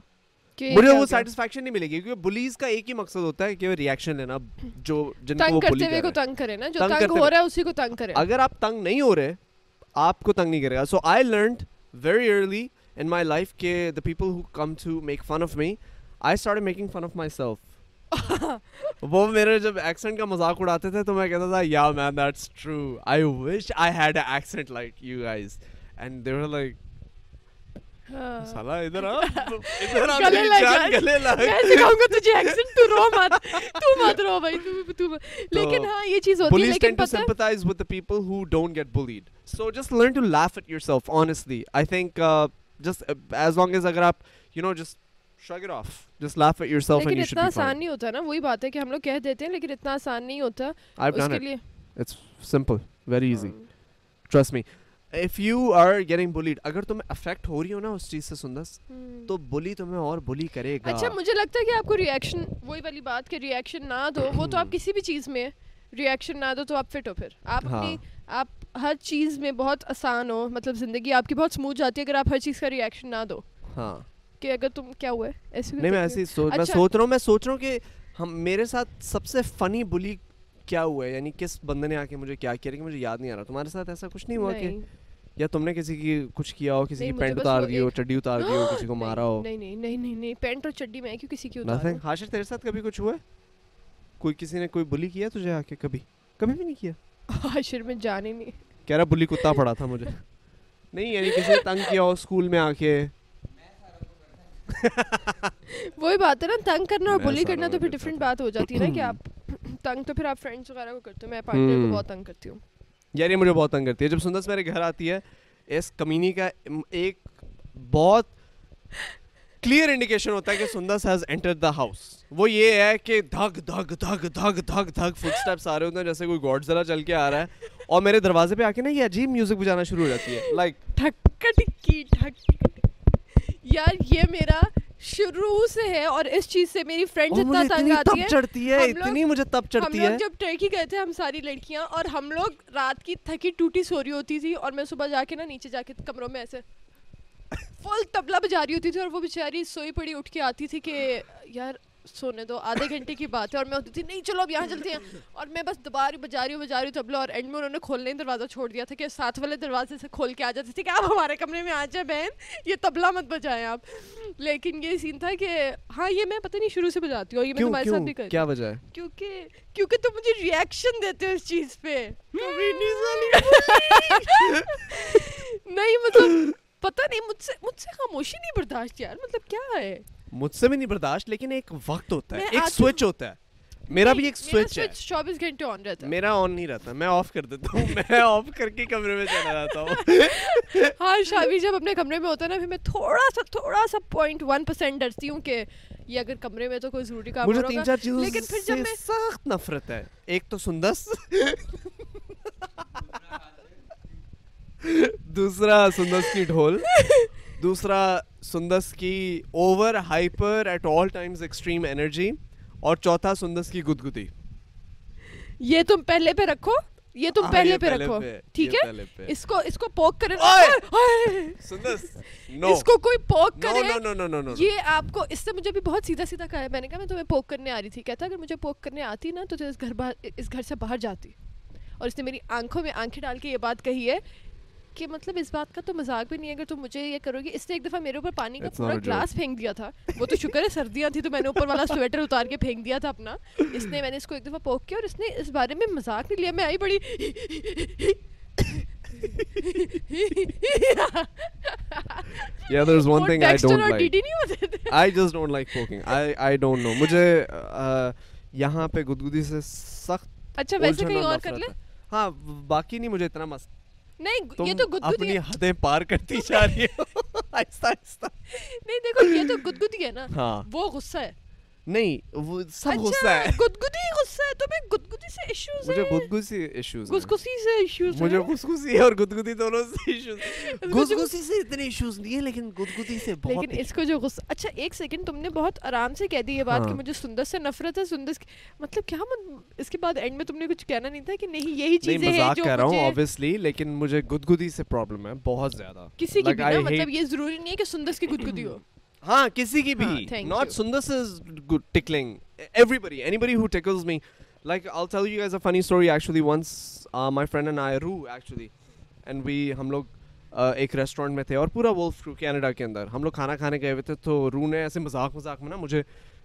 مجھے وہ سیٹسفیکشن نہیں ملے گی کیونکہ بلیز کا ایک ہی مقصد ہوتا ہے کہ وہ ریئیکشن لینا جو جن کو
تنگ
وہ
کرتے ہوئے
بلی
کو تنگ کرے نا جو
تنگ
تنگ
کرتے
ہو رہا ہے اسی کو تنگ کرے
اگر آپ تنگ نہیں ہو رہے آپ کو تنگ نہیں کرے گا so I learned very early in my life کہ the people who come to make fun of me I start making fun of myself وہ میرے جب ایکسیڈنٹ کا مذاق اڑاتے تھے تو میں کہتا تھا yeah man that's true I wish I had a accident like you guys and they were like
Uh. ہاں۔
سالا ادھر آ ادھر آ
گلے
میری
لگ
جان
جائے۔
گلے لگ
میں سکھاؤں گا تجھے ایکسنٹ تو رو مت تو مت رو بھائی تو لیکن ہاں یہ چیز ہوتی ہے
Police
لیکن
tend to
پتہ
sympathize with the people who don't get bullied. So just learn to laugh at yourself, honestly. I think uh, just uh, as long as agar aap, you know, just shrug it off. Just laugh at yourself and
لیکن
you should
اتنا
be
آسان
fine.
نہیں ہوتا نا وہی بات ہے کہ ہم لوگ کہہ دیتے ہیں لیکن اتنا آسان نہیں ہوتا
I've
اس
done
کے
it.
لیے
It's simple. Very easy.
Hmm.
Trust me. If you are getting bullied, اگر تم affect ہو رہی ہو نا اس چیز سے سندس تو bully تمہیں اور bully کرے گا
اچھا مجھے لگتا ہے کہ آپ کو ریئیکشن وہی والی بات کہ ریئیکشن نہ دو وہ تو آپ کسی بھی چیز میں ریئیکشن نہ دو تو آپ فٹ ہو پھر آپ
ہاں۔
اپنی آپ ہر چیز میں بہت آسان ہو مطلب زندگی آپ کی بہت سموتھ جاتی ہے اگر آپ ہر چیز کا ریئیکشن نہ دو
ہاں
کہ اگر تم کیا ہوا ہے ایسے
نہیں میں ایسے ہی سوچ
اچھا۔
میں سوچ رہا ہوں میں سوچ رہا ہوں کہ ہم میرے ساتھ سب سے فنی بلی کیا ہوا ہے یعنی کس بندے نے آ کے مجھے کیا کیا لیکن مجھے یاد نہیں آ رہا تمہارے ساتھ ایسا کچھ نہیں ہوا کہ یا تم نے کسی کی کچھ کیا ہو کسی کی پینٹ اتار دی ہو چڈی اتار دی ہو کسی کو مارا ہو
ہاں، نہیں نہیں نہیں نہیں پینٹ اور چڈی میں کیوں کسی کی
نتھنگ حاشر تیرے ساتھ کبھی کچھ ہوا ہے کوئی کسی نے کوئی بلی کیا تجھے آ کے کبھی کبھی بھی نہیں کیا
حاشر میں جانے نہیں
کہہ رہا بلی کتا پڑا تھا مجھے نہیں یعنی کسی نے تنگ کیا ہو اسکول میں آ کے
وہی بات ہے نا تنگ کرنا اور بلی کرنا تو پھر ڈفرینٹ بات ہو جاتی ہے نا کہ آپ تنگ تو پھر آپ فرینڈس وغیرہ کو کرتے ہو میں پارٹنر کو بہت تنگ کرتی ہوں
یار یہ یعنی مجھے بہت تنگ کرتی ہے جب سندس میرے گھر آتی ہے اس کمینی کا ایک بہت کلیئر انڈیکیشن ہوتا ہے کہ Sundus has enter the house وہ یہ ہے کہ دھک دھک دھک دھک دھک دھک فٹ اسٹیپس آ رہے ہوتے ہیں جیسے کوئی گاڈ ذرا چل کے آ رہا ہے اور میرے دروازے پہ آ کے نا یہ عجیب میوزک بجانا شروع ہو جاتی ہے لائک
ٹھکٹ کی ٹھکٹ یار یہ میرا شروع سے ہے اور اس چیز سے میری فرینڈ اتنا تنگ آتی ہے
چڑھتی ہے
ہم لوگ-
اتنی مجھے تب
ہم
چڑھتی ہے
لوگ جب ٹرکی گئے تھے ہم ساری لڑکیاں اور ہم لوگ رات کی تھکی ٹوٹی سو رہی ہوتی تھی اور میں صبح جا کے نا نیچے جا کے کمروں میں ایسے فل تبلا بجا رہی ہوتی تھی اور وہ بیچاری سوئی پڑی اٹھ کے آتی تھی کہ یار سونے دو آدھے گھنٹے کی بات ہے اور میں ہوتی تھی نہیں چلو اب یہاں چلتے ہیں اور میں بس دبا رہی ہوں، بجا رہی ہوں بجا رہی ہوں تبلا اور اینڈ میں انہوں نے کھولنے ہی دروازہ چھوڑ دیا تھا کہ ساتھ والے دروازے سے کھول کے آ جاتے تھے کہ آپ ہمارے کمرے میں آ جائیں بہن یہ تبلا مت بجائیں آپ لیکن یہ سین تھا کہ ہاں یہ میں پتہ نہیں شروع سے بجاتی ہوں اور یہ میں
کیوں
تمہارے ساتھ بھی کر
کیوں کیا وجہ ہے
کیونکہ کیونکہ تم مجھے ریئیکشن دیتے ہو اس چیز پہ نہیں مطلب پتہ نہیں مجھ سے مجھ سے خاموشی نہیں برداشت یار مطلب کیا ہے
مجھ سے بھی نہیں برداشت لیکن ایک وقت ہوتا ہے
میں
ایک
آتی ہوں-
سوئچ ہوتا ہے میرا بھی ایک سوئچ ہے
چوبیس گھنٹے آن رہتا ہے
میرا آن نہیں رہتا میں آف کر دیتا ہوں میں آف کر کے کمرے میں چلا جاتا ہوں
ہاں شاویر جب اپنے کمرے میں ہوتا ہے نا پھر میں تھوڑا سا تھوڑا سا پوائنٹ ون پرسینٹ ڈرتی ہوں کہ یہ اگر کمرے میں تو کوئی ضروری کام ہو
مجھے
رہا
تین
ہوگا۔
چار چیزوں
لیکن پھر جب
سے
میں
سخت نفرت ہے ایک تو سندس دوسرا سندس کی ڈھول دوسرا سندس کی over hyper at all times extreme energy اور چوتھا سندس کی گدگدی
یہ تم پہلے پہ رکھو یہ تم پہلے پہ رکھو ٹھیک ہے اس کو اس کو پوک کرے
سندس نو
اس کو کوئی پوک
نو
کرے
نو نو نو نو
یہ آپ کو اس سے مجھے بھی بہت سیدھا سیدھا کہا ہے میں نے کہا میں تمہیں پوک کرنے آ رہی تھی کہتا اگر مجھے پوک کرنے آتی نا تو اس گھر باہر اس گھر سے باہر جاتی اور اس نے میری آنکھوں میں آنکھیں ڈال کے یہ بات کہی ہے کہ مطلب اس بات کا تو مذاق بھی نہیں ہے اگر تم مجھے یہ کرو گی اس نے ایک دفعہ میرے اوپر پانی کا پورا گلاس پھینک دیا تھا وہ تو شکر ہے سردیاں تھیں تو میں نے اوپر والا سویٹر اتار کے پھینک دیا تھا اپنا اس نے میں نے اس کو ایک دفعہ پوک کیا اور اس نے اس بارے میں مذاق نہیں لیا میں آئی بڑی
Yeah, there's one
وہ
thing I
Dexter
don't
اور
like.
DD نہیں ہوتے تھے۔
I just don't like poking. I I don't know. مجھے آہ، یہاں پہ گدگدی سے سخت
اچھا ویسے
الجھن
کہیں
اور
اور کر لے
نفرت ہے۔ ہاں باقی نہیں مجھے اتنا مست
نہیں یہ تو
تم
گدگدی
اپنی حدیں پار کرتی جا رہی ہو آہستہ آہستہ
نہیں دیکھو یہ تو گدگدی ہے نا
ہاں
وہ غصہ ہے
نہیں وہ سب غصہ
اچھا
ہے
گدگدی غصہ ہے تمہیں گدگدی سے ایشوز
مجھے
ہیں
گدگسی ایشوز
گسگسی سے ایشوز
مجھے
ہیں
گسگسی اور گدگدی دونوں سے ایشوز
مجھے-
گسگسی سے اتنے ایشوز نہیں ہیں لیکن گدگدی سے بہت
لیکن اس کو جو غصہ اچھا ایک سیکنڈ تم نے بہت آرام سے کہہ دی یہ بات کہ
ہاں۔
مجھے سندس سے نفرت ہے سندس کی- مطلب کیا مت- اس کے بعد اینڈ میں تم نے کچھ کہنا نہیں تھا کہ نہیں یہی
نہیں
چیزیں ہیں
مذاق
جو
کر رہا ہوں
مجھے-
obviously لیکن مجھے گدگدی سے پرابلم ہے بہت زیادہ
کسی کی
Like,
بھی
I
نا
hate-
مطلب یہ ضروری نہیں ہے کہ سندس کی گدگدی ہو
ہاں کسی کی بھی
thank
not
you.
Sundus is good tickling everybody anybody who tickles me like I tell you as a funny story actually once my friend and I row actually and we ہم لوگ uh, ایک restaurant میں تھے اور پورا wolf کرو Canada کے اندر ہم لوگ کھانا کھانے گئے ہوئے تھے تو رو نے ایسے مذاق مذاق میں نا مجھے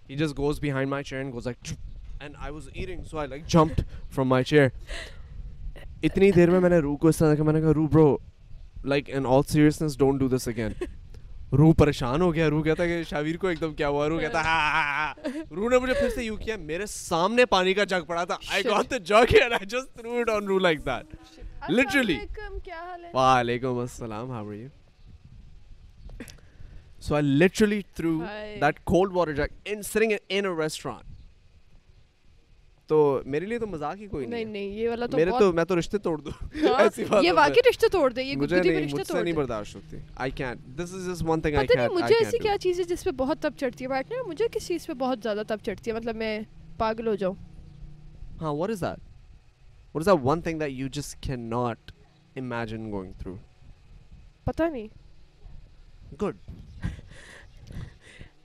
ہی just goes behind my chair and goes like and I was eating so I like jumped from my chair اتنی دیر میں میں نے رو کو اس طرح دیکھا میں نے کہا رو bro like in all seriousness don't do this again روح پریشان ہو گیا روح کہتا کہ شاویر کو ایک دم کیا ہوا روح کہتا روح نے مجھے پھر سے یوں کیا میرے سامنے پانی کا جگ پڑا تھا I got the jug and I just threw it on روح لائک دیٹ Literally.
کیا حال ہے
وعلیکم السلام how are you so I literally threw
Hi.
That cold water jug in sitting in a restaurant تو میرے لیے تو مزاق ہی کوئی
نہیں
نہیں
نہیں یہ والا
میرے
تو
تو میں تو رشتے توڑ دوں ایسی
بہت-
بات
ہاں، یہ واقعی رشتے توڑ دے یہ
مجھے
گدگدی
نہیں
بھی رشتے
مجھ سے
توڑ
نہیں
دے
برداشت ہوتی I can this is just one thing I
پتہ نہیں
کین
مجھے ایسی کیا چیز ہے جس پہ بہت تب چڑھتی ہے بیٹھنے میں مجھے کس چیز پہ بہت زیادہ تب چڑھتی ہے مطلب میں پاگل ہو جاؤں
ہاں what is that what is that one thing that you just can not imagine going through
پتہ نہیں
گڈ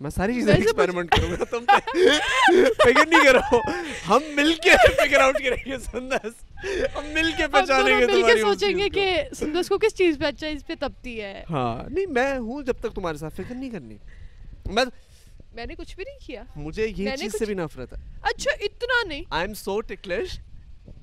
میں ساری چیزیں
ویسے مجھے-
ایکسپیریمنٹ کروں گا تم فکر نہیں کرو ہم مل کے فگر آؤٹ کریں گے سندس ہم مل کے
ہم
پہچانیں
دونوں
گے
مل کے
تمہاری اس
سوچیں گے
چیز
کہ سندس کو کس چیز پہ اچھا اس پہ تپتی ہے
کو۔ ہاں نہیں میں ہوں جب تک تمہارے ساتھ فکر نہیں کرنی میں
میں نے کچھ بھی نہیں کیا
مجھے یہ
میں نے
چیز سے
کچھ-
بھی نفرت ہے
اچھا اتنا نہیں
I am so ticklish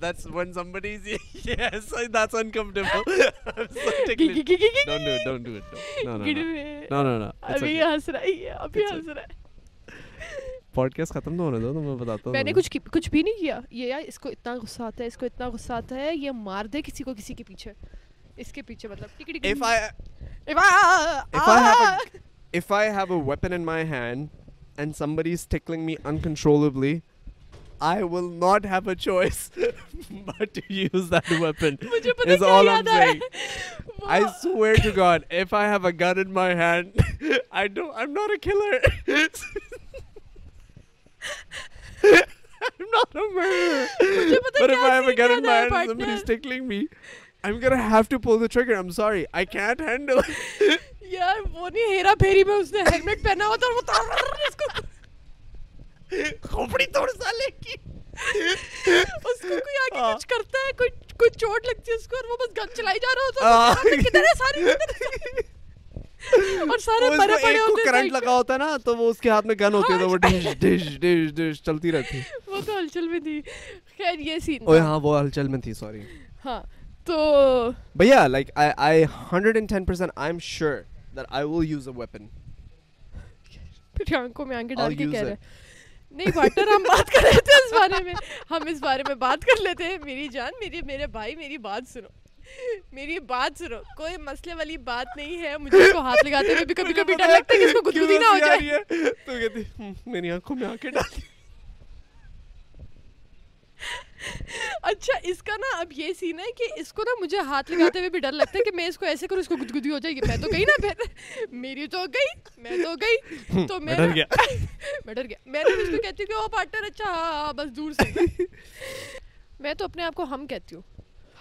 That's when somebody is yes, that's uncomfortable. I'm so ticklish.
گی- گی- گی- گی-
Don't do it, don't do it. No, no, no.
گڑ
no.
میں-
No, no, no. It's
ابھی
okay.
ہنس رہا ہے یہ، ابھی
It's
ہنس رہا ہے
پوڈکاسٹ ختم تو ہونے دو تو میں بتاتا ہوں
میں نے کچھ کی- کچھ بھی نہیں کیا یہ یار اس کو اتنا غصہ آتا ہے اس کو اتنا غصہ آتا ہے یہ مار دے کسی کو کسی کے پیچھے اس کے پیچھے مطلب ٹکڑی-
if I
If I-
If I have
Ah!
if I have a weapon in my hand and somebody is tickling me uncontrollably, I will not have a choice but to use that weapon.
مجھے پتہ
is
کیا
all
یاد
I'm
آ رہا ہے
saying. I swear to God, if I have a gun in my hand, I don't. I'm not a killer. I'm not a murderer.
پتہ
But if
کیا
I have a
scene
gun in
یاد آیا
my hand, and somebody's
partner.
tickling me. I'm gonna have to pull the trigger. I'm sorry. I can't handle it.
یار وہ نہیں ہیرا پھیری میں اس نے ہیلمٹ پہنا ہوا تھا اور وہ تار- اس کو
کھوپڑی توڑ سالے کی
اس کو کوئی آگے
ہاں۔
کچھ کرتا ہے کوئی کوئی چوٹ لگتی ہے اس کو اور وہ بس گن چلائی جا رہا ہوتا ہے
ہاں۔
اور وہ آگے کدھر ہے سارے اور سارے
وہ اس
مرے پڑے
کو ایک کو
ہوتے ہیں
کرنٹ
side
لگا ہوتا ہے نا تو وہ اس کے ہاتھ میں گن ہوتی ہے تو وہ ڈش ڈش ڈش ڈش چلتی رہتی ہے
پہ۔ وہ تو ہلچل میں تھی خیر یہ سین
اوے ہاں وہ ہلچل میں تھی سوری
ہاں تو
بھیا like I I hundred and ten percent I am sure that I will use a weapon
پھر آنکھوں میں آنکھیں ڈال
I'll
کے
use
کہہ
it.
رہے نہیں پارٹنر ہم بات کر لیتے ہیں اس بارے میں ہم اس بارے میں بات کر لیتے ہیں میری جان میرے میرے بھائی میری بات سنو میری بات سنو کوئی مسئلے والی بات نہیں ہے مجھے اس کو ہاتھ لگاتے ہوئے بھی کبھی کبھی ڈر لگتا ہے کہ اس کو گدگدی نہ ہو جائے
er. تو کہتی "ہم، میری آنکھوں میں آنکھیں ڈال دی۔
اچھا اس کا نا اب یہ سین ہے کہ اس کو نا مجھے ہاتھ لگاتے ہوئے بھی ڈر لگتا ہے کہ میں اس کو ایسے کروں اس کو گدگدی ہو جائے گی میں تو گئی نا پھر میری تو گئی میں تو گئی تو میں
ڈر
نا-
گیا۔
میں ڈر گیا میں نے اس کو کہتی ہوں کہ وہ پارٹنر اچھا ہاں ہاں بس دور سے میں تو اپنے آپ کو ہم کہتی ہوں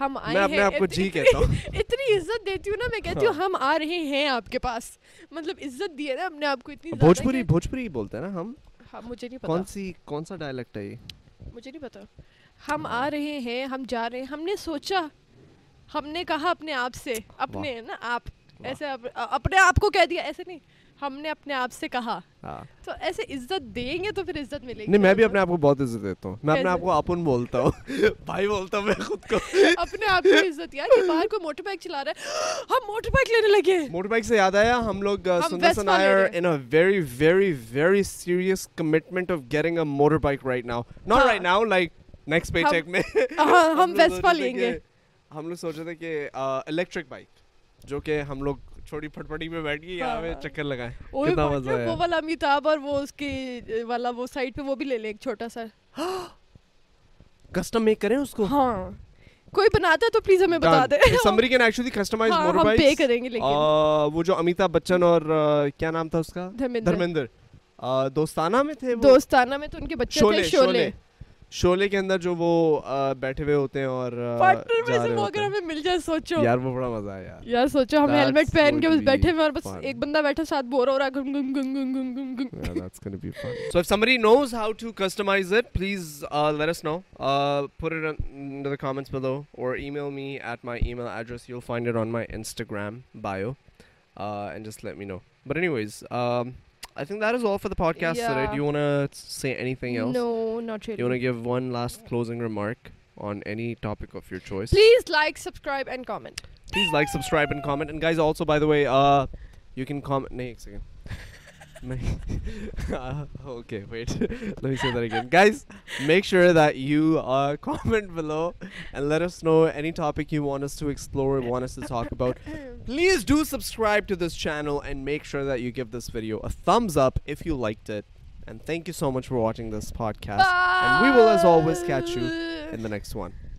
ہم آئے
میں اپنے
ہیں،
آپ کو
ات-
جی
اتنی-
کہتا ہوں۔ ہاں۔
اتنی عزت دیتی ہوں نا میں کہتی ہوں ہم آ رہے ہیں آپ کے پاس مطلب عزت دی ہے نا ہم نے آپ کو اتنی زیادہ
بھوجپوری
کہ-
بھوجپوری بولتے ہیں نا ہم
ہاں، مجھے نہیں پتا
کون سی کون سا ڈائلیکٹ ہے یہ
مجھے نہیں پتا ہم آ
ہاں۔
رہے ہیں ہم جا رہے ہیں ہم نے سوچا ہم نے کہا اپنے آپ سے اپنے نا آپ ایسے اپنے آپ کو کہہ دیا ایسے نہیں ہم نے اپنے آپ سے کہا
ہاں
تو ایسے عزت دیں گے تو پھر عزت ملے گی
نہیں میں بھی اپنے آپ کو بہت عزت دیتا ہوں میں اپنے
کیسے؟
آپ کو اپن بولتا ہوں بھائی بولتا ہوں میں خود کو
اپنے آپ کی عزت یار کہ باہر کوئی موٹر بائک چلا رہا ہے ہم موٹر بائک لینے لگے
موٹر بائک سے یاد آیا ہم لوگ سندر
Vespa لے رہے
سنائر
ہیں۔
In a very very very serious commitment of getting a motor bike right now not
ہاں۔
رائٹ ناؤ لائک نیکسٹ پے
ہم-
چیک میں
ہاں ہم
لوگ
ویسپا
سوچ رہے
لیں
تھے
گے
کہ- ہم لوگ سوچ رہے تھے کہ الیکٹرک بائک جو کہ ہم لوگ چھوٹی پھٹ پٹی پہ بیٹھ گئے یہاں پہ
ہاں۔
چکر لگائے
اوئے
کتنا
باپ
مزہ
رے،
آیا
وہ والا امیتابھ اور وہ اس کی والا وہ سائڈ پہ وہ بھی لے لیں ایک چھوٹا سا
کسٹم میک کریں اس کو
ہاں کوئی بناتا ہے تو پلیز ہمیں بتا دے
سمری کین ایکچولی کسٹمائز
ہاں،
موٹر
ہم پے
بائک
کریں گے لیکن
وہ جو امیتابھ بچن اور کیا نام تھا اس کا
دھرمیندر
دھرمیندر Uh, دوستانہ میں تھے وہ
دوستانہ میں تو ان کے بچے تھے
شولے
شولے
شولے شولے کے اندر جو وہ بیٹھے ہوئے ہوتے ہیں اور
پارٹنر میں سے وہ اگر ہمیں مل جائے سوچو
یار وہ بڑا مزہ ہے یار
یار سوچو ہم
That's
ہیلمٹ پہن کے
going
بس
to be
بیٹھے ہوئے اور بس
fun.
ایک بندہ بیٹھا ساتھ بور ہو رہا ہے، gun gun gun gun gun gun gun
that's going to be fun. So if somebody knows how to customize it, please uh, let us know. Uh, put it under the comments below or email me at my email address. You'll find it on my Instagram bio. Uh, and just let me know. But anyways, um, I think that is all for the podcast today.
Yeah.
Do you want to say anything else?
No, not
You want to
really.
give one last closing remark on any topic of your choice?
Please like, subscribe and comment.
please like subscribe and comment and guys also by the way uh you can comment nahi, ek second. Ma- Uh, okay wait let me say that again guys make sure that you uh, comment below and let us know any topic you want us to explore want us to talk about please do subscribe to this channel and make sure that you give this video a thumbs up if you liked it and thank you so much for watching this podcast and we will as always catch you in the next one